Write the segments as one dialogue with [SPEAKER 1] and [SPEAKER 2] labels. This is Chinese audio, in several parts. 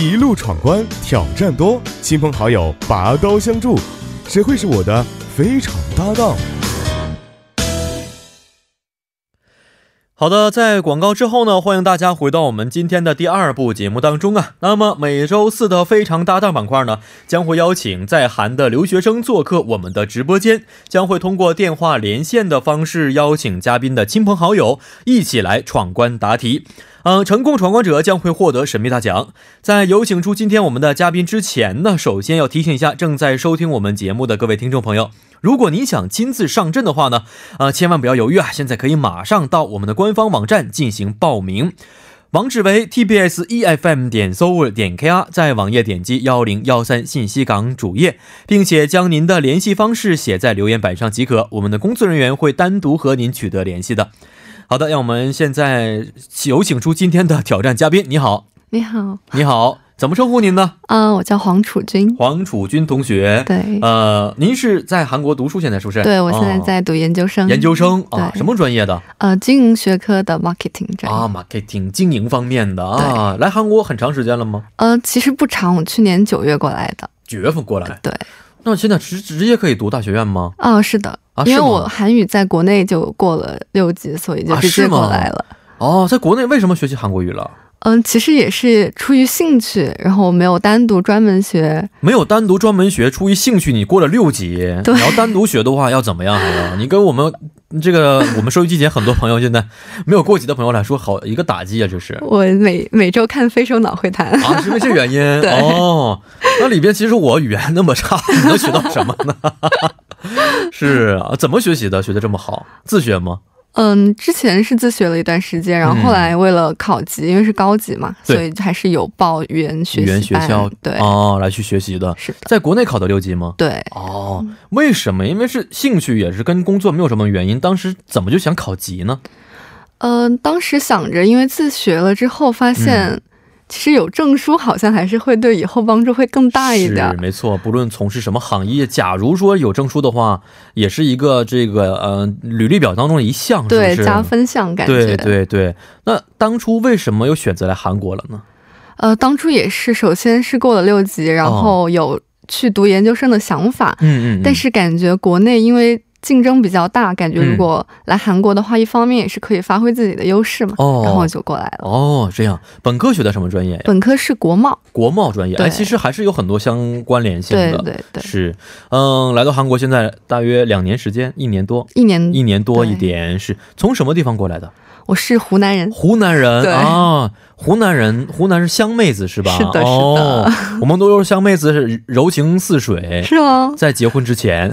[SPEAKER 1] 一路闯关，挑战多，亲朋好友拔刀相助，谁会是我的非常搭档？
[SPEAKER 2] 好的，在广告之后呢，欢迎大家回到我们今天的第二部节目当中啊。那么每周四的非常搭档板块呢，将会邀请在韩的留学生做客我们的直播间，将会通过电话连线的方式邀请嘉宾的亲朋好友一起来闯关答题。嗯，成功闯关者将会获得神秘大奖。在有请出今天我们的嘉宾之前呢，首先要提醒一下正在收听我们节目的各位听众朋友，如果你想亲自上阵的话呢，呃，千万不要犹豫啊！现在可以马上到我们的官方网站进行报名，网址为 tbs efm 点 s o u 点 kr，在网页点击幺零幺三信息港主页，并且将您的联系方式写在留言板上即可，我们的工作人员会单独和您取得联系的。好的，让我们现在有请出今天的挑战嘉宾。你好，
[SPEAKER 3] 你 好，
[SPEAKER 2] 你好，怎么称呼您呢？
[SPEAKER 3] 嗯、我叫黄楚君，
[SPEAKER 2] 黄楚君同学。
[SPEAKER 3] 对，
[SPEAKER 2] 呃，您是在韩国读书，现在是不是？
[SPEAKER 3] 对我现在在读研究生，
[SPEAKER 2] 哦研究生啊，
[SPEAKER 3] 对
[SPEAKER 2] 什么专业的？
[SPEAKER 3] 呃经营学科的 marketing 专业。
[SPEAKER 2] 啊，marketing 经营方面的啊，来韩国很长时间了吗？
[SPEAKER 3] 呃，其实不长，我去年九月过来的。
[SPEAKER 2] 九月份过来，
[SPEAKER 3] 对，
[SPEAKER 2] 那现在直直接可以读大学院吗？
[SPEAKER 3] 哦、是的，
[SPEAKER 2] 啊，
[SPEAKER 3] 因
[SPEAKER 2] 是
[SPEAKER 3] 为
[SPEAKER 2] 吗
[SPEAKER 3] 我韩语在国内就过了六级，所以就
[SPEAKER 2] 啊
[SPEAKER 3] 直
[SPEAKER 2] 是
[SPEAKER 3] 接
[SPEAKER 2] 吗
[SPEAKER 3] 过来了。
[SPEAKER 2] 哦，在国内为什么学习韩国语了？
[SPEAKER 3] 嗯、其实也是出于兴趣，然后我没有单独专门学。
[SPEAKER 2] 没有单独专门学，出于兴趣，你过了六级，
[SPEAKER 3] 对
[SPEAKER 2] 你要单独学的话要怎么样啊？ 你跟我们这个我们收音机前很多朋友现在没有过级的朋友来说，好一个打击啊，这是。
[SPEAKER 3] 我每每周看《非首脑会谈》
[SPEAKER 2] 啊，是因为这原因
[SPEAKER 3] 对
[SPEAKER 2] 哦。那里边其实我语言那么差， 你能学到什么呢？ 是啊，怎么学习的？学的这么好，自学吗？
[SPEAKER 3] 嗯，之前是自学了一段时间，然后
[SPEAKER 2] 嗯
[SPEAKER 3] 后来为了考级，因为是高级嘛，
[SPEAKER 2] 对
[SPEAKER 3] 所以还是有报语言学习
[SPEAKER 2] 语言学
[SPEAKER 3] 班
[SPEAKER 2] 校
[SPEAKER 3] 对，
[SPEAKER 2] 哦，来去学习的，
[SPEAKER 3] 是的，
[SPEAKER 2] 在国内考的六级吗？
[SPEAKER 3] 对。
[SPEAKER 2] 哦，
[SPEAKER 3] 嗯
[SPEAKER 2] 为什么？因为是兴趣，也是跟工作没有什么原因。当时怎么就想考级呢？
[SPEAKER 3] 嗯、当时想着，因为自学了之后发现、
[SPEAKER 2] 嗯
[SPEAKER 3] 其实有证书好像还是会对以后帮助会更大一点
[SPEAKER 2] 是。没错。不论从事什么行业，假如说有证书的话，也是一个这个呃履历表当中的一项，是不
[SPEAKER 3] 对
[SPEAKER 2] 是？
[SPEAKER 3] 加分项感
[SPEAKER 2] 对
[SPEAKER 3] 觉，
[SPEAKER 2] 对对。那当初为什么又选择来韩国了呢？
[SPEAKER 3] 呃，当初也是，首先是过了六级，然后有去读研究生的想法，
[SPEAKER 2] 哦嗯嗯嗯。
[SPEAKER 3] 但是感觉国内因为竞争比较大，感
[SPEAKER 2] 嗯
[SPEAKER 3] 觉如果来韩国的话，一方面也是可以发挥自己的优势嘛，
[SPEAKER 2] 哦
[SPEAKER 3] 然后就过来了。
[SPEAKER 2] 哦，这样，本科学的什么专业呀？
[SPEAKER 3] 本科是国贸，
[SPEAKER 2] 国贸专业。哎，
[SPEAKER 3] 对
[SPEAKER 2] 其实还是有很多相关联性
[SPEAKER 3] 对
[SPEAKER 2] 的。
[SPEAKER 3] 对对，
[SPEAKER 2] 是，嗯，来到韩国现在大约两年时间，一年多，
[SPEAKER 3] 一年
[SPEAKER 2] 一年多一点。是从什么地方过来的？
[SPEAKER 3] 我是湖南人，
[SPEAKER 2] 湖南人
[SPEAKER 3] 对
[SPEAKER 2] 啊，湖南人，湖南是湘妹子是吧？
[SPEAKER 3] 是的是的
[SPEAKER 2] 哦， 我们都说湘妹子是柔情似水，
[SPEAKER 3] 是吗？
[SPEAKER 2] 在结婚之 前，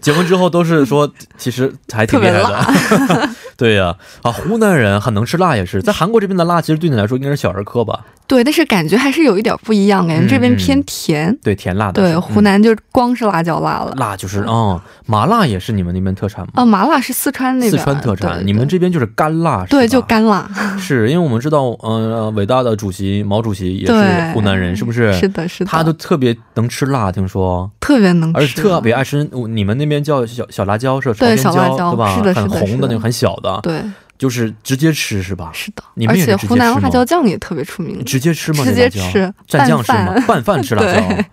[SPEAKER 2] 结婚之后都是说其实还挺厉害的。 对呀、啊，湖南人很能吃辣，也是在韩国这边的辣，其实对你来说应该是小儿科吧？
[SPEAKER 3] 对，但是感觉还是有一点不一样，感觉这边
[SPEAKER 2] 嗯
[SPEAKER 3] 偏甜。
[SPEAKER 2] 对，甜辣的是。
[SPEAKER 3] 对，湖南就光是辣椒辣了
[SPEAKER 2] 嗯、。辣就是嗯，麻辣也是你们那边特产吗？
[SPEAKER 3] 哦，麻辣是四川那
[SPEAKER 2] 嗯
[SPEAKER 3] 边
[SPEAKER 2] 四
[SPEAKER 3] 儿，
[SPEAKER 2] 川特产，
[SPEAKER 3] 对
[SPEAKER 2] 你们
[SPEAKER 3] 对
[SPEAKER 2] 这边就是干辣，是吧
[SPEAKER 3] 对就干辣，
[SPEAKER 2] 是因为我们知道，呃，伟大的主席毛主席也是
[SPEAKER 3] 对
[SPEAKER 2] 湖南人，是不是？
[SPEAKER 3] 是的，是的，嗯
[SPEAKER 2] 他都特别能吃辣，听说，
[SPEAKER 3] 特别能吃，
[SPEAKER 2] 而且特别爱吃。你们那边叫小小辣椒是吧？
[SPEAKER 3] 对
[SPEAKER 2] 朝
[SPEAKER 3] 小辣
[SPEAKER 2] 天椒
[SPEAKER 3] 椒
[SPEAKER 2] 对吧？
[SPEAKER 3] 是的
[SPEAKER 2] 很
[SPEAKER 3] 是的
[SPEAKER 2] 红
[SPEAKER 3] 是
[SPEAKER 2] 的
[SPEAKER 3] 的
[SPEAKER 2] 那种，很小的，
[SPEAKER 3] 对，
[SPEAKER 2] 就是直接吃是吧？
[SPEAKER 3] 是的
[SPEAKER 2] 你，们
[SPEAKER 3] 而
[SPEAKER 2] 也是
[SPEAKER 3] 且
[SPEAKER 2] 直接
[SPEAKER 3] 湖南
[SPEAKER 2] 吃吗
[SPEAKER 3] 辣椒酱也特别出名，
[SPEAKER 2] 直接吃吗？
[SPEAKER 3] 直接
[SPEAKER 2] 这辣椒
[SPEAKER 3] 吃
[SPEAKER 2] 蘸酱吃吗
[SPEAKER 3] 拌？饭
[SPEAKER 2] 拌 饭吃辣椒
[SPEAKER 3] 对。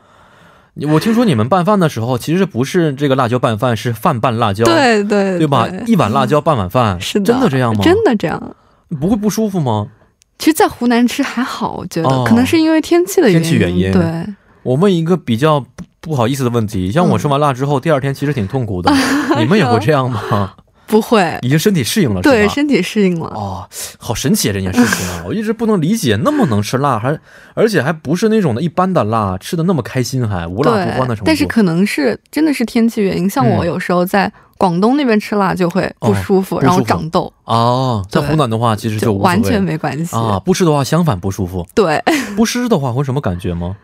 [SPEAKER 2] 你我听说你们拌饭的时候，其实不是这个辣椒拌饭，是饭拌辣椒，
[SPEAKER 3] 对对
[SPEAKER 2] 对吧？一碗辣椒拌碗饭，
[SPEAKER 3] 是的，
[SPEAKER 2] 真的这样吗？
[SPEAKER 3] 真的这样。
[SPEAKER 2] 不会不舒服吗？
[SPEAKER 3] 其实，在湖南吃还好，我觉得、
[SPEAKER 2] 哦
[SPEAKER 3] 可能是因为天气的
[SPEAKER 2] 天
[SPEAKER 3] 原
[SPEAKER 2] 气原因
[SPEAKER 3] 对，
[SPEAKER 2] 我问一个比较不不好意思的问题，
[SPEAKER 3] 嗯
[SPEAKER 2] 像我吃完辣之后，第二天其实挺痛苦 的，你们也会这样吗？
[SPEAKER 3] 不会，
[SPEAKER 2] 已经身体适应了，是吧
[SPEAKER 3] 对身体适应了。
[SPEAKER 2] 哦，好神奇啊这件事情 啊！我一直不能理解，那么能吃辣，还而且还不是那种的一般的辣，吃的那么开心还，无辣不欢的程
[SPEAKER 3] 对
[SPEAKER 2] 度。，
[SPEAKER 3] 但是可能是真的是天气原因，像
[SPEAKER 2] 嗯
[SPEAKER 3] 我有时候在广东那边吃辣就会不
[SPEAKER 2] 哦
[SPEAKER 3] 舒服，
[SPEAKER 2] 不
[SPEAKER 3] 然后
[SPEAKER 2] 舒服
[SPEAKER 3] 长痘，
[SPEAKER 2] 哦，在
[SPEAKER 3] 对
[SPEAKER 2] 湖南的话，其实
[SPEAKER 3] 就
[SPEAKER 2] 无所谓
[SPEAKER 3] 完全没关系
[SPEAKER 2] 啊，。不吃的话相反不舒服，
[SPEAKER 3] 对，
[SPEAKER 2] 不吃的话会有什么感觉吗？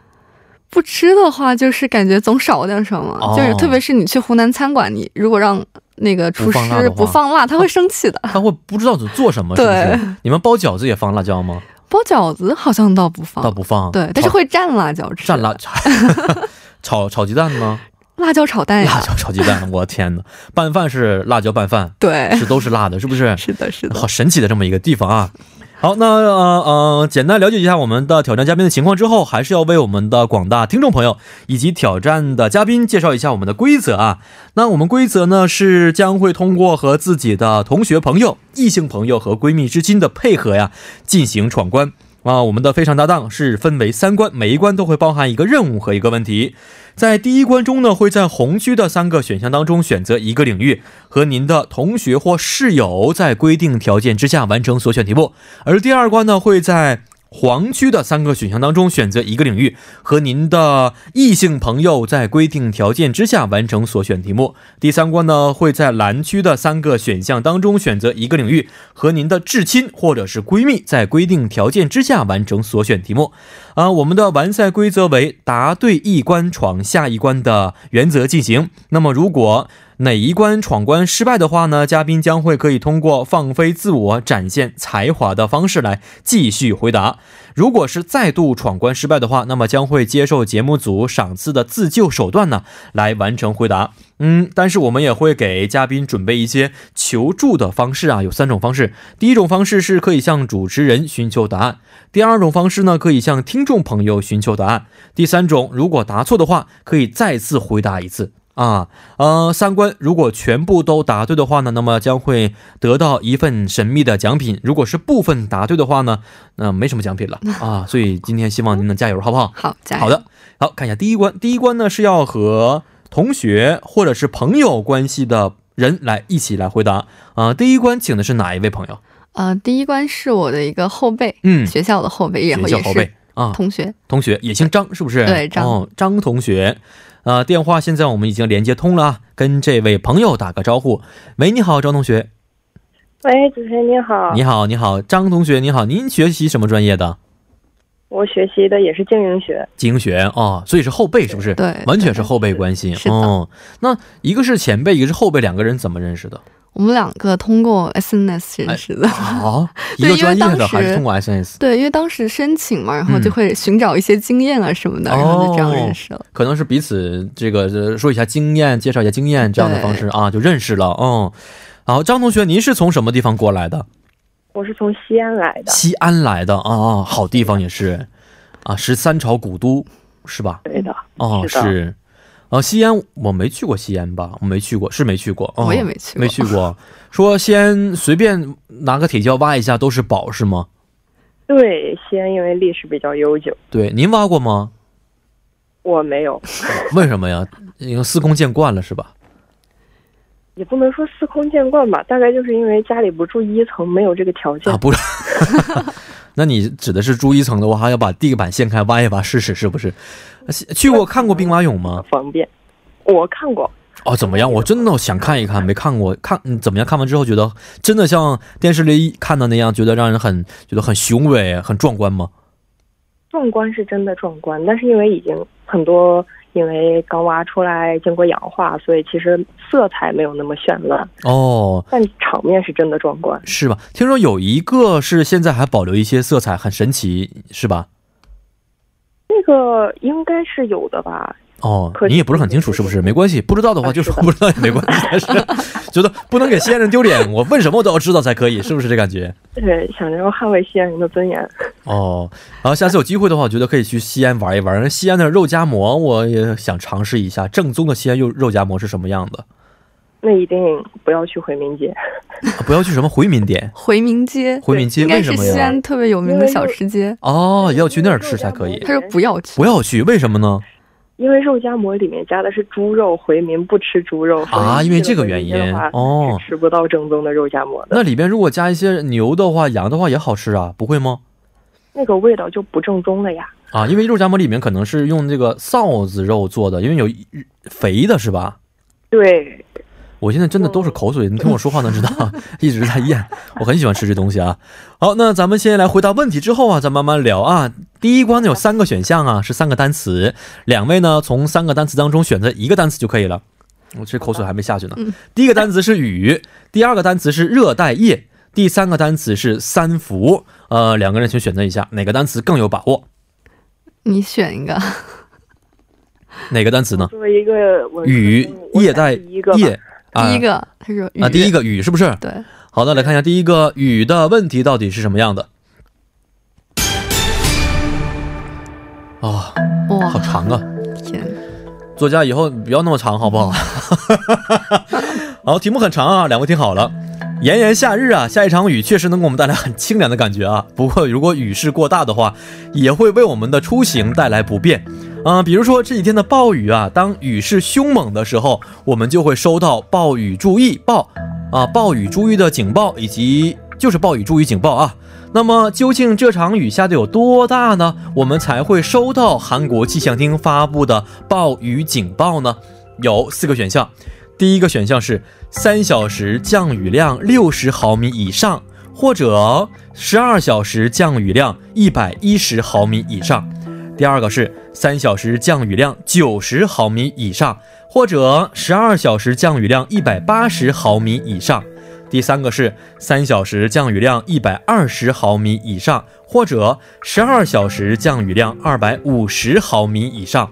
[SPEAKER 3] 不吃的话，就是感觉总少点什么，
[SPEAKER 2] 哦
[SPEAKER 3] 就是特别是你去湖南餐馆，你如果让那个厨
[SPEAKER 2] 不放辣的
[SPEAKER 3] 师
[SPEAKER 2] 话哦
[SPEAKER 3] 不放辣，他会生气的。
[SPEAKER 2] 他会不知道做什么，是不是？你们包饺子也放辣椒吗？
[SPEAKER 3] 包饺子好像倒不放，
[SPEAKER 2] 倒不放，
[SPEAKER 3] 哦对，但
[SPEAKER 2] 炒
[SPEAKER 3] 是会蘸辣椒吃，
[SPEAKER 2] 蘸 辣，炒炒鸡蛋呢？
[SPEAKER 3] 辣椒炒蛋
[SPEAKER 2] 辣
[SPEAKER 3] 哎呀，
[SPEAKER 2] 椒炒鸡蛋，我天哪！拌饭是辣椒拌饭，
[SPEAKER 3] 对，
[SPEAKER 2] 是都是辣的，是不是？
[SPEAKER 3] 是的，是的
[SPEAKER 2] 好，神奇的这么一个地方啊！好，那呃呃，简单了解一下我们的挑战嘉宾的情况之后，还是要为我们的广大听众朋友以及挑战的嘉宾介绍一下我们的规则啊。那我们规则呢是将会通过和自己的同学朋友、异性朋友和闺蜜之间的配合呀，进行闯关。啊，我们的非常搭档是分为三关，每一关都会包含一个任务和一个问题。在第一关中呢，会在红区的三个选项当中选择一个领域，和您的同学或室友在规定条件之下完成所选题目；而第二关呢，会在黄区的三个选项当中选择一个领域，和您的异性朋友在规定条件之下完成所选题目；第三关呢，会在蓝区的三个选项当中选择一个领域，和您的至亲或者是闺蜜在规定条件之下完成所选题目。啊，我们的完赛规则为答对一关闯下一关的原则进行。那么，如果哪一关闯关失败的话呢，嘉宾将会可以通过放飞自我、展现才华的方式来继续回答。如果是再度闯关失败的话，那么将会接受节目组赏赐的自救手段呢，来完成回答。嗯，但是我们也会给嘉宾准备一些求助的方式啊，有三种方式。第一种方式是可以向主持人寻求答案，第二种方式呢可以向听众朋友寻求答案，第三种如果答错的话，可以再次回答一次。啊，呃，三关如果全部都答对的话呢，那么将会得到一份神秘的奖品；如果是部分答对的话呢，那、没什么奖品了啊。所以今天希望您能加油，好不好？
[SPEAKER 3] 好，加油。
[SPEAKER 2] 好，的，好看一下第一关，第一关呢是要和同学或者是朋友关系的人来一起来回答啊、第一关请的是哪一位朋友？
[SPEAKER 3] 呃，第一关是我的一个后辈，
[SPEAKER 2] 嗯，
[SPEAKER 3] 学校的后辈，然
[SPEAKER 2] 学
[SPEAKER 3] 后
[SPEAKER 2] 校
[SPEAKER 3] 也
[SPEAKER 2] 后
[SPEAKER 3] 是
[SPEAKER 2] 辈啊，
[SPEAKER 3] 同学。
[SPEAKER 2] 同学也姓张，是不是？
[SPEAKER 3] 对张
[SPEAKER 2] 哦，张同学，呃，电话现在我们已经连接通了啊，跟这位朋友打个招呼。喂，你好，张同学。
[SPEAKER 4] 喂，哎主持人你好，
[SPEAKER 2] 你好，你好，张同学，你好，您学习什么专业的？
[SPEAKER 4] 我学习的也是经营学，
[SPEAKER 2] 经营学哦，所以是后辈，是不是？
[SPEAKER 3] 对
[SPEAKER 2] 完全是后辈关系。
[SPEAKER 3] 是的
[SPEAKER 2] 哦，那一个是前辈，一个是后辈，两个人怎么认识的？
[SPEAKER 3] 我们两个通过
[SPEAKER 2] 哎
[SPEAKER 3] SNS 认识的。
[SPEAKER 2] 哦，一
[SPEAKER 3] 对
[SPEAKER 2] 个专
[SPEAKER 3] 因为
[SPEAKER 2] 业
[SPEAKER 3] 当
[SPEAKER 2] 的还是
[SPEAKER 3] 时
[SPEAKER 2] 通过 SNS？
[SPEAKER 3] 对，因为当时申请嘛，然后
[SPEAKER 2] 嗯
[SPEAKER 3] 就会寻找一些经验啊什么的，
[SPEAKER 2] 哦
[SPEAKER 3] 然后就这样认识了。
[SPEAKER 2] 可能是彼此这个呃说一下经验，介绍一下经验这样的方式啊，就认识了。嗯，好，张同学，您是从什么地方过来的？
[SPEAKER 4] 我是从西安来的，
[SPEAKER 2] 西安来的啊啊，好地方也是啊，十三朝古都是吧？
[SPEAKER 4] 对的，
[SPEAKER 2] 哦，
[SPEAKER 4] 是的
[SPEAKER 2] 是。啊，西安我没去过西安吧？我没去过，是没去过。哦、
[SPEAKER 3] 我也没去过
[SPEAKER 2] 没去过。说西安随便拿个铁锹挖一下都是宝是吗？
[SPEAKER 4] 对，西安因为历史比较悠久，
[SPEAKER 2] 对，您挖过吗？
[SPEAKER 4] 我没有，
[SPEAKER 2] 为什么呀？因为司空见惯了是吧？
[SPEAKER 4] 也不能说司空见惯吧，大概就是因为家里不住一层，没有这个条件
[SPEAKER 2] 啊，，不是。 那你指的是住一层的话，还要把地板掀开挖一挖试试，是不是？呃去过看过兵马俑吗？
[SPEAKER 4] 方便。我看过，
[SPEAKER 2] 哦，怎么样？我真的想看一看，没看过。看嗯怎么样？看完之后觉得真的像电视里看的那样，觉得让人很觉得很雄伟、很壮观吗？
[SPEAKER 4] 壮观是真的壮观，但是因为已经很多，因为刚挖出来，经过氧化，所以其实色彩没有那么绚烂，
[SPEAKER 2] 哦，
[SPEAKER 4] 但场面是真的壮观。
[SPEAKER 2] 是吧？听说有一个是现在还保留一些色彩，很神奇，是吧？
[SPEAKER 4] 这个应该是有的吧？
[SPEAKER 2] 哦
[SPEAKER 4] 可，
[SPEAKER 2] 你也不是很清楚，是不是？没关系，不知道的话
[SPEAKER 4] 啊
[SPEAKER 2] 就是说
[SPEAKER 4] 的
[SPEAKER 2] 不知道也没关系，但是 觉得不能给西安人丢脸，我问什么都要知道才可以，是不是这感觉？
[SPEAKER 4] 对，呃想着要捍卫西安人的尊严。
[SPEAKER 2] 哦，然后下次有机会的话，我觉得可以去西安玩一玩。西安的肉夹馍我也想尝试一下，正宗的西安肉肉夹馍是什么样的？
[SPEAKER 4] 那一定不要去回民街，
[SPEAKER 2] 啊不要去什么回民店、
[SPEAKER 3] 回民街
[SPEAKER 2] 回民街，
[SPEAKER 3] 应该
[SPEAKER 2] 为什
[SPEAKER 3] 是
[SPEAKER 2] 么
[SPEAKER 3] 西
[SPEAKER 2] 呀
[SPEAKER 3] 安？特别有名的小吃街，
[SPEAKER 2] 哦，要去那儿吃才可以
[SPEAKER 4] 因为，
[SPEAKER 3] 他说不要去
[SPEAKER 2] 嗯不。要去，为什么呢？
[SPEAKER 4] 因为肉夹馍里面加的是猪肉，回民不吃猪肉
[SPEAKER 2] 啊，因为这个原因
[SPEAKER 4] 哦，
[SPEAKER 2] 哦。
[SPEAKER 4] 吃不到正宗的肉夹馍的，
[SPEAKER 2] 那里边如果加一些牛的话、羊的话也好吃啊，不会吗？
[SPEAKER 4] 那个味道就不正宗了呀。
[SPEAKER 2] 啊，因为肉夹馍里面可能是用这个臊子肉做的，因为有肥的是吧？
[SPEAKER 4] 对，
[SPEAKER 2] 我现在真的都是口水，你听我说话能知 道，一直在咽。我很喜欢吃这东西啊。好，那咱们先来回答问题，之后啊，咱慢慢聊啊。第一关呢有三个选项啊，是三个单词，两位呢从三个单词当中选择一个单词就可以了。我这口水还没下去呢
[SPEAKER 3] 嗯。
[SPEAKER 2] 第一个单词是雨，第二个单词是热带夜，第三个单词是三伏。呃，两个人请选择一下哪个单词更有把握，
[SPEAKER 3] 你选一个，
[SPEAKER 2] 哪个单词呢？
[SPEAKER 4] 作为一个文科生
[SPEAKER 2] 雨、
[SPEAKER 4] 我
[SPEAKER 2] 夜
[SPEAKER 4] 选
[SPEAKER 2] 带
[SPEAKER 4] 第一个吧
[SPEAKER 2] 夜，啊
[SPEAKER 3] 第一个他说
[SPEAKER 2] 啊，第一
[SPEAKER 3] 个
[SPEAKER 2] 个雨是不是？
[SPEAKER 3] 对，
[SPEAKER 2] 好的，来看一下第一个雨的问题到底是什么样的。啊、好
[SPEAKER 3] 哇，
[SPEAKER 2] 长啊！
[SPEAKER 3] 天，
[SPEAKER 2] 作家以后你不要那么长好不好？好，题目很长啊，两位听好了。炎炎夏日啊，下一场雨确实能给我们带来很清凉的感觉啊。不过如果雨势过大的话，也会为我们的出行带来不便。嗯、比如说这几天的暴雨啊，当雨势凶猛的时候，我们就会收到暴雨注意报啊、暴雨注意的警报，以及就是暴雨注意警报啊。那么究竟这场雨下的有多大呢？我们才会收到韩国气象厅发布的暴雨警报呢？有四个选项，第一个选项是三小时降雨量六十毫米以上，或者十二小时降雨量一百一十毫米以上；第二个是三小时降雨量九十毫米以上，或者十二小时降雨量一百八十毫米以上。第三个是三小时降雨量一百二十毫米以上，或者十二小时降雨量二百五十毫米以上。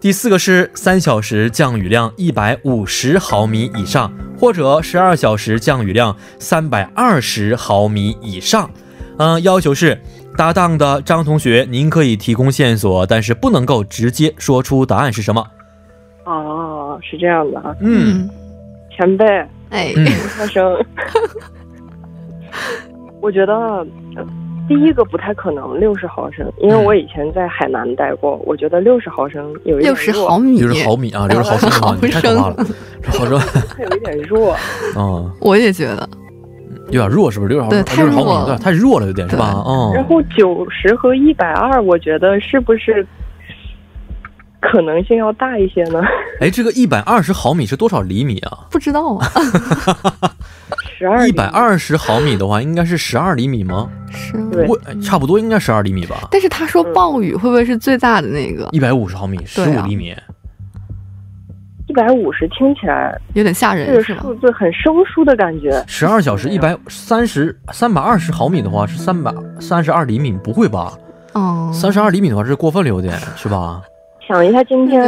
[SPEAKER 2] 第四个是三小时降雨量一百五十毫米以上，或者十二小时降雨量三百二十毫米以上。嗯，要求是搭档的张同学，您可以提供线索，但是不能够直接说出答案是什么。
[SPEAKER 4] 哦，是这样的啊，
[SPEAKER 2] 嗯，
[SPEAKER 3] 嗯，
[SPEAKER 4] 前辈，
[SPEAKER 3] 哎，
[SPEAKER 2] 嗯
[SPEAKER 4] 留 学生，我觉得呃第一个不太可能六十毫升，因为
[SPEAKER 2] 嗯
[SPEAKER 4] 我以前在海南待过，我觉得六十毫升有一点
[SPEAKER 3] 六十
[SPEAKER 4] 弱
[SPEAKER 3] 毫米，
[SPEAKER 2] 六十毫米啊，六 十毫升啊，你太可怕了，六十毫 升啊
[SPEAKER 4] 它有一点弱。。
[SPEAKER 2] 嗯
[SPEAKER 3] 我也觉得，
[SPEAKER 2] 有点弱是不是？六十毫
[SPEAKER 3] 对
[SPEAKER 2] 升，
[SPEAKER 3] 太
[SPEAKER 2] 六十毫
[SPEAKER 3] 弱
[SPEAKER 2] 米
[SPEAKER 3] 了
[SPEAKER 2] 有点太弱了，有点是吧？哦，
[SPEAKER 4] 然后九十和一百二，我觉得是不是可能性要大一些呢？
[SPEAKER 2] 哎，这个一百二十毫米是多少厘米啊？
[SPEAKER 3] 不知道 啊，
[SPEAKER 4] 十二
[SPEAKER 2] 一百，二十毫米的话，应该是十二厘米吗？
[SPEAKER 3] 是。
[SPEAKER 4] 对
[SPEAKER 2] 我哎差不多应该十二厘米吧。
[SPEAKER 3] 但是他说
[SPEAKER 4] 嗯
[SPEAKER 3] 暴雨会不会是最大的那个？
[SPEAKER 2] 一百五十毫米，十
[SPEAKER 3] 对
[SPEAKER 2] 五
[SPEAKER 3] 啊
[SPEAKER 2] 厘米，
[SPEAKER 4] 一百五十听起来
[SPEAKER 3] 有点吓
[SPEAKER 4] 这
[SPEAKER 3] 人
[SPEAKER 4] 个
[SPEAKER 3] 是吧
[SPEAKER 4] 数？字很生疏的感觉。
[SPEAKER 2] 十二小时一百三十三百二十毫米的话是三百三十二厘米，不会吧？
[SPEAKER 3] 哦，
[SPEAKER 2] 三十二厘米的话这过分了有点，是吧？
[SPEAKER 4] 想一下，今天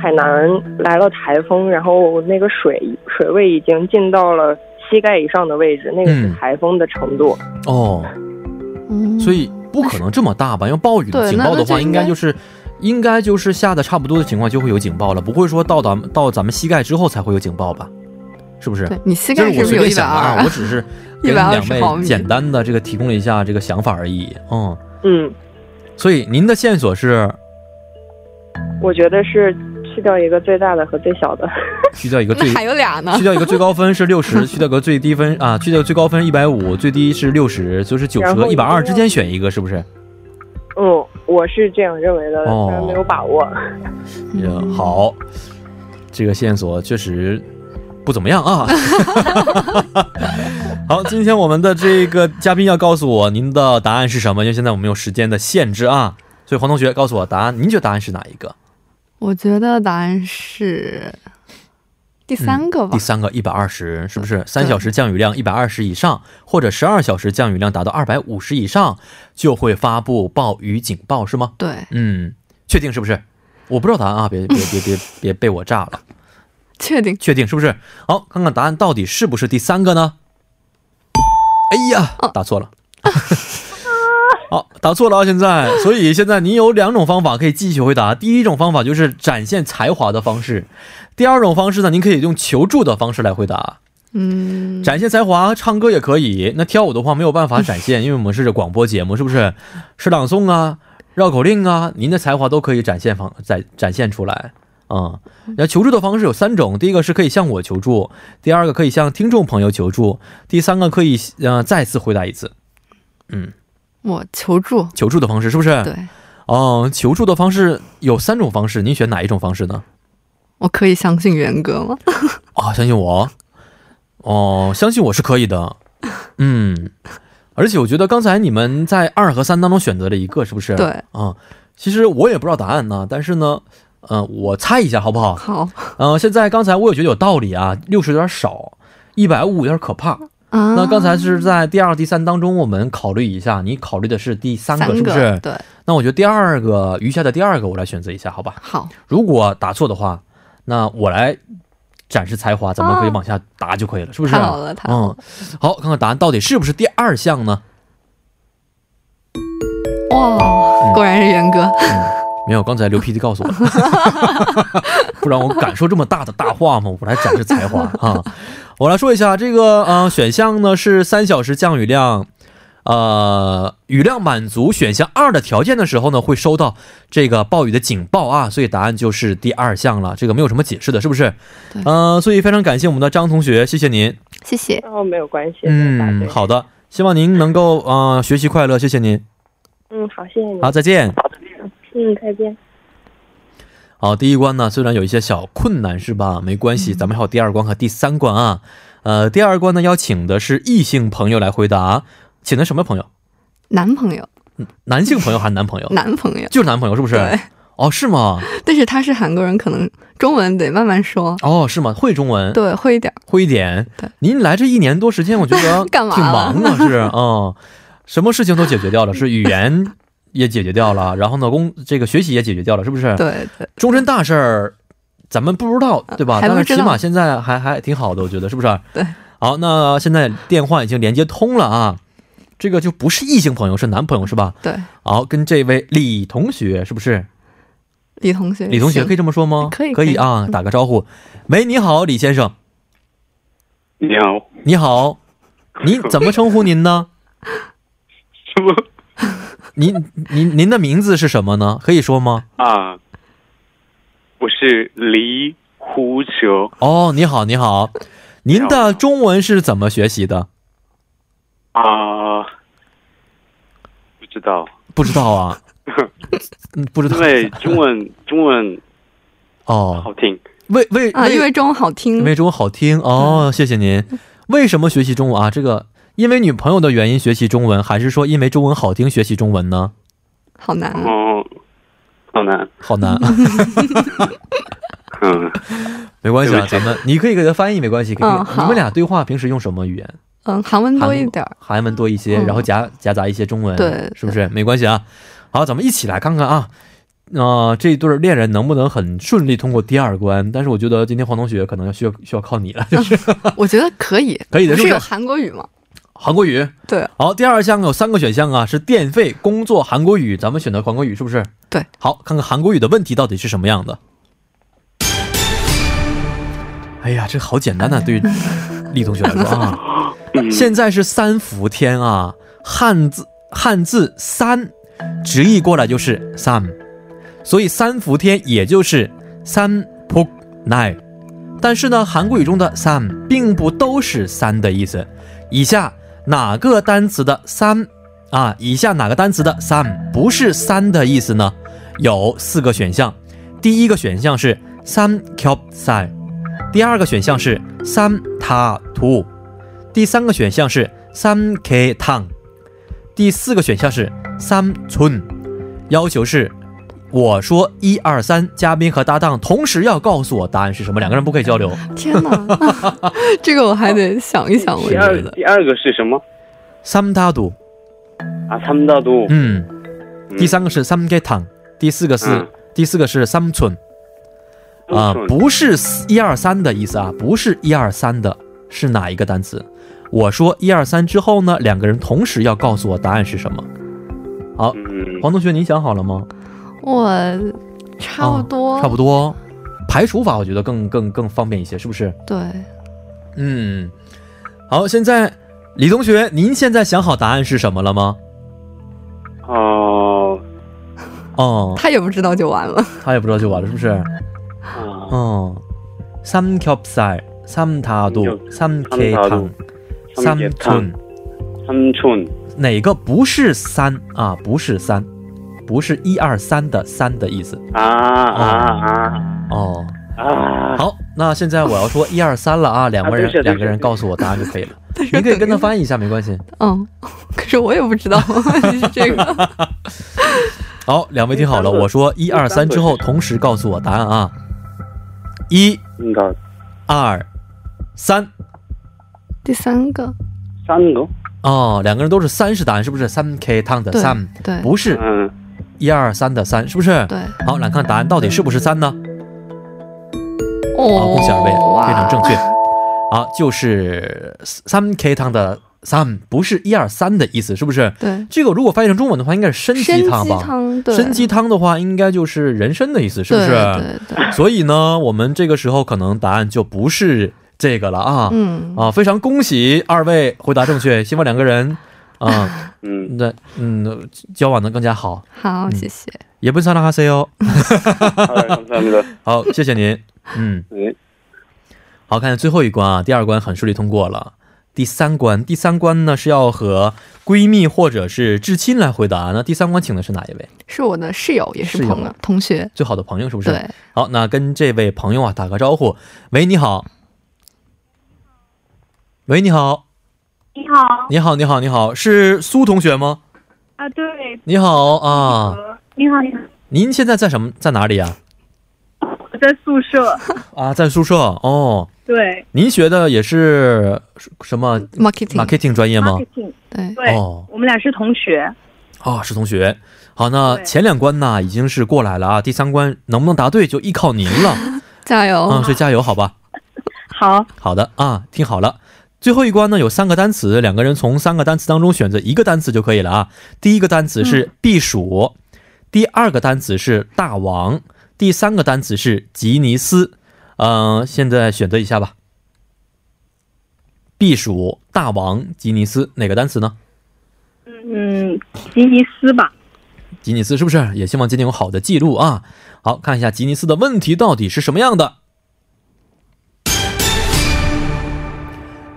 [SPEAKER 4] 海南来了台风，然后那个水水位已经进到了膝盖以上的位置，那个是
[SPEAKER 2] 嗯
[SPEAKER 4] 台风的程度。
[SPEAKER 2] 哦，
[SPEAKER 3] 嗯
[SPEAKER 2] 所以不可能这么大吧？因为暴雨的
[SPEAKER 3] 对
[SPEAKER 2] 警
[SPEAKER 3] 那
[SPEAKER 2] 报的
[SPEAKER 3] 那就
[SPEAKER 2] 话，应该
[SPEAKER 3] 应该
[SPEAKER 2] 就是，应该就是下的差不多的情况就会有警报了，不会说到咱们到咱们膝盖之后才会有警报吧？是不是？
[SPEAKER 3] 对你膝
[SPEAKER 2] 这
[SPEAKER 3] 盖
[SPEAKER 2] 是
[SPEAKER 3] 是
[SPEAKER 2] 我
[SPEAKER 3] 不是
[SPEAKER 2] 随
[SPEAKER 3] 有
[SPEAKER 2] 便
[SPEAKER 3] 一百
[SPEAKER 2] 想的
[SPEAKER 3] 二
[SPEAKER 2] 啊，我
[SPEAKER 3] 啊？
[SPEAKER 2] 只 是给你两
[SPEAKER 3] 120毫
[SPEAKER 2] 位
[SPEAKER 3] 米
[SPEAKER 2] 简单的这个提供了一下这个想法而已。嗯，
[SPEAKER 4] 嗯，
[SPEAKER 2] 所以您的线索是
[SPEAKER 4] 我觉得是去掉一个最大的和最小的。
[SPEAKER 2] 去掉一个
[SPEAKER 3] 那
[SPEAKER 2] 最
[SPEAKER 3] 还有俩呢
[SPEAKER 2] 去。掉一个最高分是六十，去掉个最低分啊，去掉最高分一百五，最低是六十，就是九十
[SPEAKER 4] 然
[SPEAKER 2] 和
[SPEAKER 4] 后
[SPEAKER 2] 一
[SPEAKER 4] 一
[SPEAKER 2] 百
[SPEAKER 4] 定
[SPEAKER 2] 二
[SPEAKER 4] 要
[SPEAKER 2] 之间选一个，是不是？
[SPEAKER 4] 嗯，我是这样认为的，
[SPEAKER 2] 哦
[SPEAKER 4] 虽然没有把握。
[SPEAKER 2] 嗯，
[SPEAKER 3] 嗯，
[SPEAKER 2] 好，这个线索确实不怎么样啊。 好，今天我们的这个嘉宾要告诉我您的答案是什么，因为现在我们有时间的限制啊，所以黄同学告诉我答案，您觉得答案是哪一个？
[SPEAKER 3] 我觉得答案是第三个吧
[SPEAKER 2] 嗯第。三个一百二十是不是？三小时降雨量一百二十以上，或者十二小时降雨量达到二百五十以上，就会发布暴雨警报，是吗？
[SPEAKER 3] 对，
[SPEAKER 2] 嗯，确定是不是？我不知道答案啊，别别别别别被我炸了。
[SPEAKER 3] 确定。
[SPEAKER 2] 确定是不是？好，看看答案到底是不是第三个呢？哎呀，
[SPEAKER 3] 哦
[SPEAKER 2] 答错了。 好，答错了啊！现在，所以现在您有两种方法可以继续回答。第一种方法就是展现才华的方式，第二种方式呢，您可以用求助的方式来回答。
[SPEAKER 3] 嗯，
[SPEAKER 2] 展现才华，唱歌也可以。那跳舞的话没有办法展 现，因为我们是广播节目，是不是？诗朗诵啊，绕口令啊，您的才华都可以展现方展展现出来。啊、嗯，那求助的方式有三种，第一个是可以向我求助，第二个可以向听众朋友求助，第三个可以呃再次回答一次。嗯，
[SPEAKER 3] 我求助。
[SPEAKER 2] 求助的方式是不是？。
[SPEAKER 3] 对，
[SPEAKER 2] 哦、求助的方式有三种方式，您选哪一种方式呢？
[SPEAKER 3] 我可以相信元哥吗？
[SPEAKER 2] 啊，相信我，哦，相信我是可以 的，嗯，而且我觉得刚才你们在二和三当中选择了一个，是不是？啊、
[SPEAKER 3] 对，
[SPEAKER 2] 其实我也不知道答案呢，但是呢，嗯、我猜一下好不好？
[SPEAKER 3] 好
[SPEAKER 2] 嗯、现在刚才我也觉得有道理啊，六十有点少，一百五有点可怕。
[SPEAKER 3] 啊。
[SPEAKER 2] 那刚才是在第二、第三当中，我们考虑一下，你考虑的是第三
[SPEAKER 3] 三
[SPEAKER 2] 个，是不是？
[SPEAKER 3] 对，
[SPEAKER 2] 那我觉得第二个余下的第二个，我来选择一下，好吧？
[SPEAKER 3] 好，
[SPEAKER 2] 如果答错的话，那我来展示才华，咱们可以往下答就可以了，是不是？
[SPEAKER 3] 哦太好了，太好了。
[SPEAKER 2] 嗯，好，看看答案到底是不是第二项呢？嗯哦
[SPEAKER 3] 哇，果然是元哥。
[SPEAKER 2] 没有，刚才刘 PD 告 诉我的，不然我敢说这么大的大话吗？我来展示才华啊！我来说一下这个呃选项呢是三小时降雨量，呃雨量满足选项二的条件的时候呢，会收到这个暴雨的警报啊，所以答案就是第二项了，这个没有什么解释的，是不是
[SPEAKER 3] 对？
[SPEAKER 2] 呃，所以非常感谢我们的张同学，谢谢您。
[SPEAKER 3] 谢谢，
[SPEAKER 4] 哦，没有关系，答对
[SPEAKER 2] 嗯，好的，希望您能够呃学习快乐，谢谢您。
[SPEAKER 4] 嗯，好，谢谢你，
[SPEAKER 2] 好，再见。
[SPEAKER 4] 嗯，再见。
[SPEAKER 2] 好，第一关呢，虽然有一些小困难是吧？没关
[SPEAKER 3] 嗯
[SPEAKER 2] 系，咱们还有第二关和第三关啊。呃，第二关呢，邀请的是异性朋友来回答，请的什么朋友？
[SPEAKER 3] 男朋友，
[SPEAKER 2] 男性朋友还是男朋 友？
[SPEAKER 3] 男朋友，
[SPEAKER 2] 就是男朋友是不是
[SPEAKER 3] 嗯对？
[SPEAKER 2] 哦，是吗？
[SPEAKER 3] 但是他是韩国人，可能中文得慢慢说，
[SPEAKER 2] 哦，是吗？会中文，
[SPEAKER 3] 对，会一点儿。
[SPEAKER 2] 会一点
[SPEAKER 3] 对。
[SPEAKER 2] 您来这一年多时间，我觉得
[SPEAKER 3] 干嘛
[SPEAKER 2] 挺忙 的，是嗯，什么事情都解决掉了，是语言也解决掉了，然后呢，工这个学习也解决掉了，是不是？
[SPEAKER 3] 对对，
[SPEAKER 2] 终身大事儿，咱们不知道，对吧？
[SPEAKER 3] 呃还不
[SPEAKER 2] 但
[SPEAKER 3] 知道
[SPEAKER 2] 是起码现在还还挺好的，我觉得是不是？
[SPEAKER 3] 对。
[SPEAKER 2] 好，那现在电话已经连接通了啊，这个就不是异性朋友，是男朋友是吧？
[SPEAKER 3] 对，
[SPEAKER 2] 好，跟这位李同学是不是？
[SPEAKER 3] 李同学，
[SPEAKER 2] 李同学
[SPEAKER 3] 行
[SPEAKER 2] 可以这么说吗？
[SPEAKER 3] 可以嗯
[SPEAKER 2] 可以
[SPEAKER 3] 可以
[SPEAKER 2] 啊，打个招呼。喂，你好，李先生，
[SPEAKER 5] 你好，
[SPEAKER 2] 你好，您怎么称呼您呢？
[SPEAKER 5] 什么
[SPEAKER 2] 您您您的名字是什么呢？可以说吗？
[SPEAKER 5] 啊？我是黎胡哲
[SPEAKER 2] 哦，你好，你好，您
[SPEAKER 5] 你好
[SPEAKER 2] 的中文是怎么学习的？
[SPEAKER 5] 啊，不知道，
[SPEAKER 2] 不知道 啊，嗯，不知道
[SPEAKER 5] 因。为中文中文
[SPEAKER 2] 哦，
[SPEAKER 5] 好听，
[SPEAKER 2] 为为
[SPEAKER 3] 啊，因为嗯中文好听
[SPEAKER 2] 因，为中文好听哦，谢谢您。为什么学习中文啊？这个因为女朋友的原因学习中文，还是说因为中文好听学习中文呢？
[SPEAKER 3] 好难啊。
[SPEAKER 5] 哦，好难，
[SPEAKER 2] 好难，啊
[SPEAKER 5] 嗯，
[SPEAKER 2] 没关系
[SPEAKER 5] 对
[SPEAKER 2] 啊，
[SPEAKER 5] 不起
[SPEAKER 2] 咱们你可以给他翻译，没关系。可以
[SPEAKER 3] 嗯好
[SPEAKER 2] 你们俩对话平时用什么语言？
[SPEAKER 3] 嗯，韩文多一点儿。
[SPEAKER 2] 韩文多一些，
[SPEAKER 3] 嗯
[SPEAKER 2] 然后夹夹杂一些中文，
[SPEAKER 3] 对
[SPEAKER 2] 是不是？没关系啊。好，咱们一起来看看啊，呃，这对恋人能不能很顺利通过第二关？但是我觉得今天黄同学可能要需要需要靠你了， 就是
[SPEAKER 3] 我觉得可以，
[SPEAKER 2] 可以的是
[SPEAKER 3] 不是
[SPEAKER 2] 不是
[SPEAKER 3] 有韩国语吗？
[SPEAKER 2] 韩国语。
[SPEAKER 3] 对，
[SPEAKER 2] 好，第二项有三个选项啊，是电费、工作、韩国语，咱们选择韩国语是不是？
[SPEAKER 3] 对。
[SPEAKER 2] 好，看看韩国语的问题到底是什么样的。哎呀，这好简单呐、对于李同学来说啊。
[SPEAKER 5] 嗯
[SPEAKER 2] 现在是三伏天啊，汉字汉字三，直译过来就是三，所以三伏天也就是三扑奈。但是呢，韩国语中的三并不都是三的意思。以下哪个单词的三啊？以下哪个单词的三不是三的意思呢？有四个选项，第一个选项是三 겹赛，第二个选项是三塔图。第三个选项是三 K 烫，第四个选项是三寸，要求是我说一二三，嘉宾和搭档同时要告诉我答案是什么，两个人不可以交流。
[SPEAKER 3] 天哪， 这个我还得想一想。我
[SPEAKER 5] 第
[SPEAKER 3] 觉
[SPEAKER 5] 二
[SPEAKER 3] 得
[SPEAKER 5] 第二个是什么？
[SPEAKER 2] 三大度，
[SPEAKER 5] 啊，他们大
[SPEAKER 2] 음.
[SPEAKER 5] 都，
[SPEAKER 2] 嗯，
[SPEAKER 5] 嗯
[SPEAKER 2] 第三个是三 K 烫，第四个是、
[SPEAKER 5] 嗯
[SPEAKER 2] 第四个是三寸
[SPEAKER 5] 都
[SPEAKER 2] 啊、
[SPEAKER 5] 顺
[SPEAKER 2] 不是一二三的意思啊，不是一二三的，是哪一个单词？我说一二三之后呢，两个人同时要告诉我答案是什么。
[SPEAKER 5] 嗯，
[SPEAKER 2] 黄同学，您想好了吗？啊
[SPEAKER 3] 我差不多，
[SPEAKER 2] 哦差不多。排除法我觉得更更更方便一些，是不是？
[SPEAKER 3] 对，
[SPEAKER 2] 嗯，好，现在李同学，您现在想好答案是什么了吗？
[SPEAKER 5] 哦
[SPEAKER 2] 哦，
[SPEAKER 3] 他也不知道就 完了。
[SPEAKER 2] 他也不知道就完了，是不是？
[SPEAKER 5] 啊，
[SPEAKER 2] 嗯，삼겹살삼다도
[SPEAKER 5] 삼겹
[SPEAKER 2] 삼케
[SPEAKER 5] -
[SPEAKER 2] 탕
[SPEAKER 5] 삼다도삼
[SPEAKER 2] 삼
[SPEAKER 5] 개
[SPEAKER 2] 촌
[SPEAKER 5] 탕 他们村
[SPEAKER 2] 哪个不是三啊？不是三，不是一二三的三的意思
[SPEAKER 5] 啊 아,啊
[SPEAKER 2] 哦。
[SPEAKER 5] 啊啊，
[SPEAKER 2] 好，那现在我要说一二三了啊，两个人、
[SPEAKER 5] 啊对不起对不起
[SPEAKER 2] 两个人告诉我答案就可以了。
[SPEAKER 3] 但是
[SPEAKER 2] 您可以跟他
[SPEAKER 3] 可能
[SPEAKER 2] 翻译一下，没关 系。
[SPEAKER 3] 嗯，可是我也不知道 是这个。
[SPEAKER 2] 好，两位听好了，
[SPEAKER 5] 第三个
[SPEAKER 2] 我说一二三之后，同时告诉我答案啊！一
[SPEAKER 5] 应该
[SPEAKER 2] 二三
[SPEAKER 3] 第三个，
[SPEAKER 5] 三个，
[SPEAKER 2] 哦，两个人都是三是答案，是不是？三 K 汤的
[SPEAKER 3] 对
[SPEAKER 2] 三，
[SPEAKER 3] 对
[SPEAKER 2] 不是
[SPEAKER 5] 嗯，
[SPEAKER 2] 一二三的三，是不是？
[SPEAKER 3] 对，
[SPEAKER 2] 好，来看答案到底是不是三呢？好，
[SPEAKER 3] 哦，
[SPEAKER 2] 恭喜二位，
[SPEAKER 3] 哇
[SPEAKER 2] 非常正确。好，就是三 K 汤的三，不是一二三的意思，是不是？
[SPEAKER 3] 对，
[SPEAKER 2] 这个如果翻译成中文的话，应该是参
[SPEAKER 3] 参
[SPEAKER 2] 鸡汤
[SPEAKER 3] 鸡
[SPEAKER 2] 吧？
[SPEAKER 3] 汤，对，
[SPEAKER 2] 参鸡汤的话，应该就是人参的意思，是不是？
[SPEAKER 3] 对对对，
[SPEAKER 2] 所以呢，我们这个时候可能答案就不是这个了啊。
[SPEAKER 3] 嗯，
[SPEAKER 2] 啊，非常恭喜二位回答正确，希望两个人啊，
[SPEAKER 5] 嗯
[SPEAKER 2] 那嗯交往的更加好。
[SPEAKER 3] 好，
[SPEAKER 2] 嗯
[SPEAKER 3] 谢谢。
[SPEAKER 2] 也不是拉哈塞哟。
[SPEAKER 5] 好的感谢你的
[SPEAKER 2] 好，谢谢您。嗯，
[SPEAKER 5] 嗯
[SPEAKER 2] 好看最后一关啊，第二关很顺利通过了。第三关，第三关呢是要和闺蜜或者是至亲来回答。那第三关请的是哪一位？
[SPEAKER 3] 是我的室友，也是
[SPEAKER 2] 室友
[SPEAKER 3] 朋友、同学。
[SPEAKER 2] 最好的朋友是不是？
[SPEAKER 3] 对，
[SPEAKER 2] 好，那跟这位朋友啊打个招呼。喂，你好。喂，你好，
[SPEAKER 6] 你好
[SPEAKER 2] 你好，你好，你好，是苏同学吗？
[SPEAKER 6] 啊，对，
[SPEAKER 2] 你好啊，
[SPEAKER 6] 你好，你好，
[SPEAKER 2] 您现在在什么，在哪里呀、
[SPEAKER 6] 我在宿舍，
[SPEAKER 2] 啊？在宿舍哦。
[SPEAKER 6] 对
[SPEAKER 2] 您学的也是什么
[SPEAKER 3] marketing，
[SPEAKER 2] marketing 专业吗？
[SPEAKER 6] ，marketing，
[SPEAKER 3] 对，
[SPEAKER 6] 对，
[SPEAKER 2] 哦
[SPEAKER 6] 我们俩是同学，
[SPEAKER 2] 啊，是同学。好，那
[SPEAKER 6] 对
[SPEAKER 2] 前两关呢已经是过来了啊，第三关能不能答对就依靠您了
[SPEAKER 3] 加油！
[SPEAKER 6] 哦
[SPEAKER 2] 啊，所以加油，好吧？
[SPEAKER 6] 好，
[SPEAKER 2] 好的啊，听好了。最后一关呢有三个单词，两个人从三个单词当中选择一个单词就可以了啊。第一个单词
[SPEAKER 6] 嗯
[SPEAKER 2] 是避暑，第二个单词是大王，第三个单词是吉尼斯。嗯、现在选择一下吧。避暑、大王、吉尼斯，哪个单词呢？
[SPEAKER 6] 嗯，吉尼斯吧，
[SPEAKER 2] 吉尼斯是不是？也希望今天有好的记录啊。好看一下吉尼斯的问题到底是什么样的。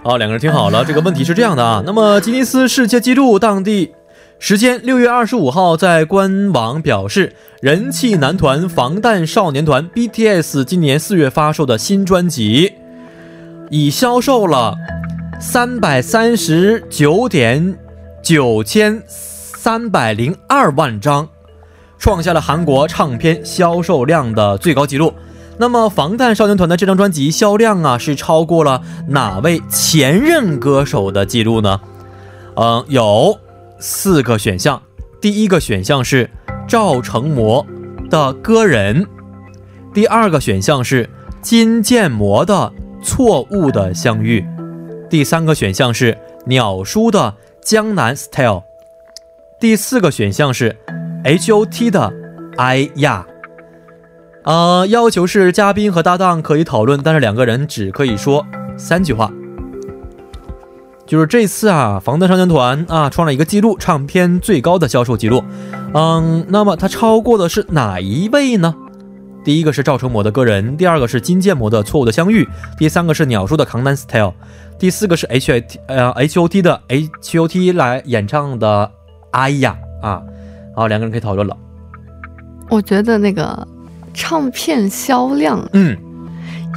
[SPEAKER 2] 好，两个人听好了，这个问题是这样的啊。那么吉尼斯世界纪录当地时间六月二十五号在官网表示，人气男团防弹少年团 BTS 今年四月发售的新专辑已销售了三百三十九点九千三百零二万张，创下了韩国唱片销售量的最高纪录。那么，防弹少年团的这张专辑销量啊，是超过了哪位前任歌手的记录呢？嗯，有四个选项。第一个选项是赵成模的《歌人》，第二个选项是金建模的《错误的相遇》，第三个选项是鸟叔的《江南 Style》，第四个选项是 H.O.T 的“哎呀”。呃，要求是嘉宾和搭档可以讨论，但是两个人只可以说三句话。就是这次啊，防弹少年团啊创了一个记录，唱片最高的销售记录。嗯，那么它超过的是哪一位呢？第一个是赵成模的《个人》，第二个是金建模的《错误的相遇》，第三个是鸟叔的《강남 Style》，第四个是 H T 呃 H O T 的 H O T 来演唱的哎呀啊，好，两个人可以讨论了。
[SPEAKER 3] 我觉得那个唱片销量
[SPEAKER 2] 嗯，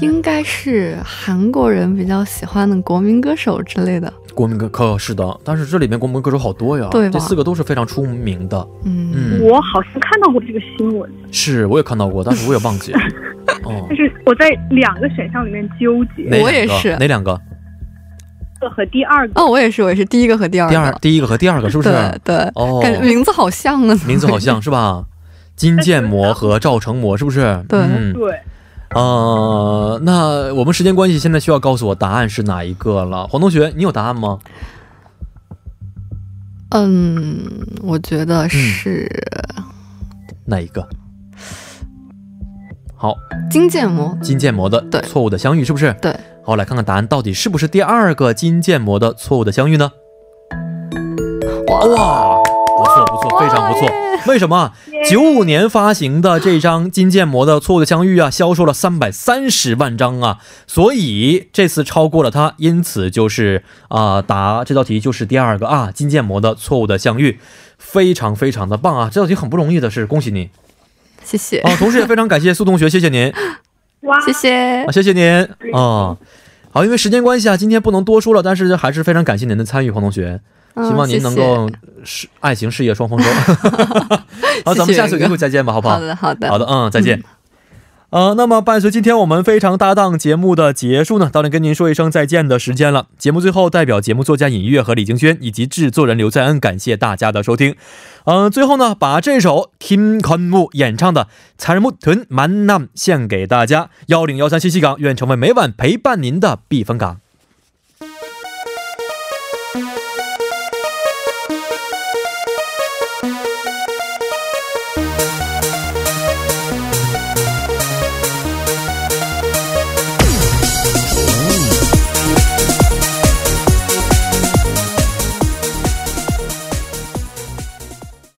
[SPEAKER 3] 应该是韩国人比较喜欢的国民歌手之类的。
[SPEAKER 2] 国民歌可是的，但是这里面国民歌手好多呀，
[SPEAKER 3] 对吧
[SPEAKER 2] 这四个都是非常出名的。
[SPEAKER 3] 嗯，
[SPEAKER 2] 嗯，
[SPEAKER 6] 我好像看到过这个新闻，
[SPEAKER 2] 是我也看到过，但是我也忘记 了。哦
[SPEAKER 6] 但，是我在两个选项里面纠结，
[SPEAKER 2] 哪两个
[SPEAKER 3] 我也是
[SPEAKER 2] 哪两个？
[SPEAKER 6] 这个和第二个，
[SPEAKER 3] 哦，我也是，我也是第一个和第二个，
[SPEAKER 2] 第二第一个和第二个是不是？
[SPEAKER 3] 对对，
[SPEAKER 2] 哦，
[SPEAKER 3] 感觉名字好像啊，
[SPEAKER 2] 名字好像是 吧？金建模和赵成模是不是？
[SPEAKER 3] 对
[SPEAKER 2] 嗯
[SPEAKER 6] 对，
[SPEAKER 2] 呃，那我们时间关系，现在需要告诉我答案是哪一个了。黄同学，你有答案吗？
[SPEAKER 3] 嗯，我觉得是
[SPEAKER 2] 哪一个？好，
[SPEAKER 3] 金建模，
[SPEAKER 2] 金建模的
[SPEAKER 3] 对
[SPEAKER 2] 错误的相遇是不是？
[SPEAKER 3] 对，
[SPEAKER 2] 好，来看看答案到底是不是第二个金建模的错误的相遇呢？哇，不错不错，非常不错。为什么九五年发行的这张金建模的《错误的相遇》啊，销售了三百三十万张啊，所以这次超过了它，因此就是啊、答这道题就是第二个啊，金建模的《错误的相遇》，非常非常的棒啊，这道题很不容易的是，恭喜你
[SPEAKER 3] 谢谢，
[SPEAKER 2] 啊！同时也非常感谢苏同学，谢谢您。
[SPEAKER 6] 哇，
[SPEAKER 3] 谢谢
[SPEAKER 2] 啊，，谢谢您啊、好，因为时间关系啊，今天不能多说了，但是还是非常感谢您的参与，黄同学。
[SPEAKER 3] 嗯
[SPEAKER 2] 希望您能够事爱情事业双 丰收。好，咱们下次有机会再见吧，好
[SPEAKER 3] 好
[SPEAKER 2] 不好？
[SPEAKER 3] 的好的
[SPEAKER 2] 好的，嗯，再见。呃，那么伴随今天我们非常搭档节目的结束呢，到了跟您说一声再见的时间了。节目最后，代表节目作家尹月和李京轩以及制作人刘在恩，感谢大家的收听。嗯、最后呢，把这首 Kim Kon Mu 演唱的《才木屯 Man Nam》献给大家。幺零幺三信息港，愿成为每晚陪伴您的避风港。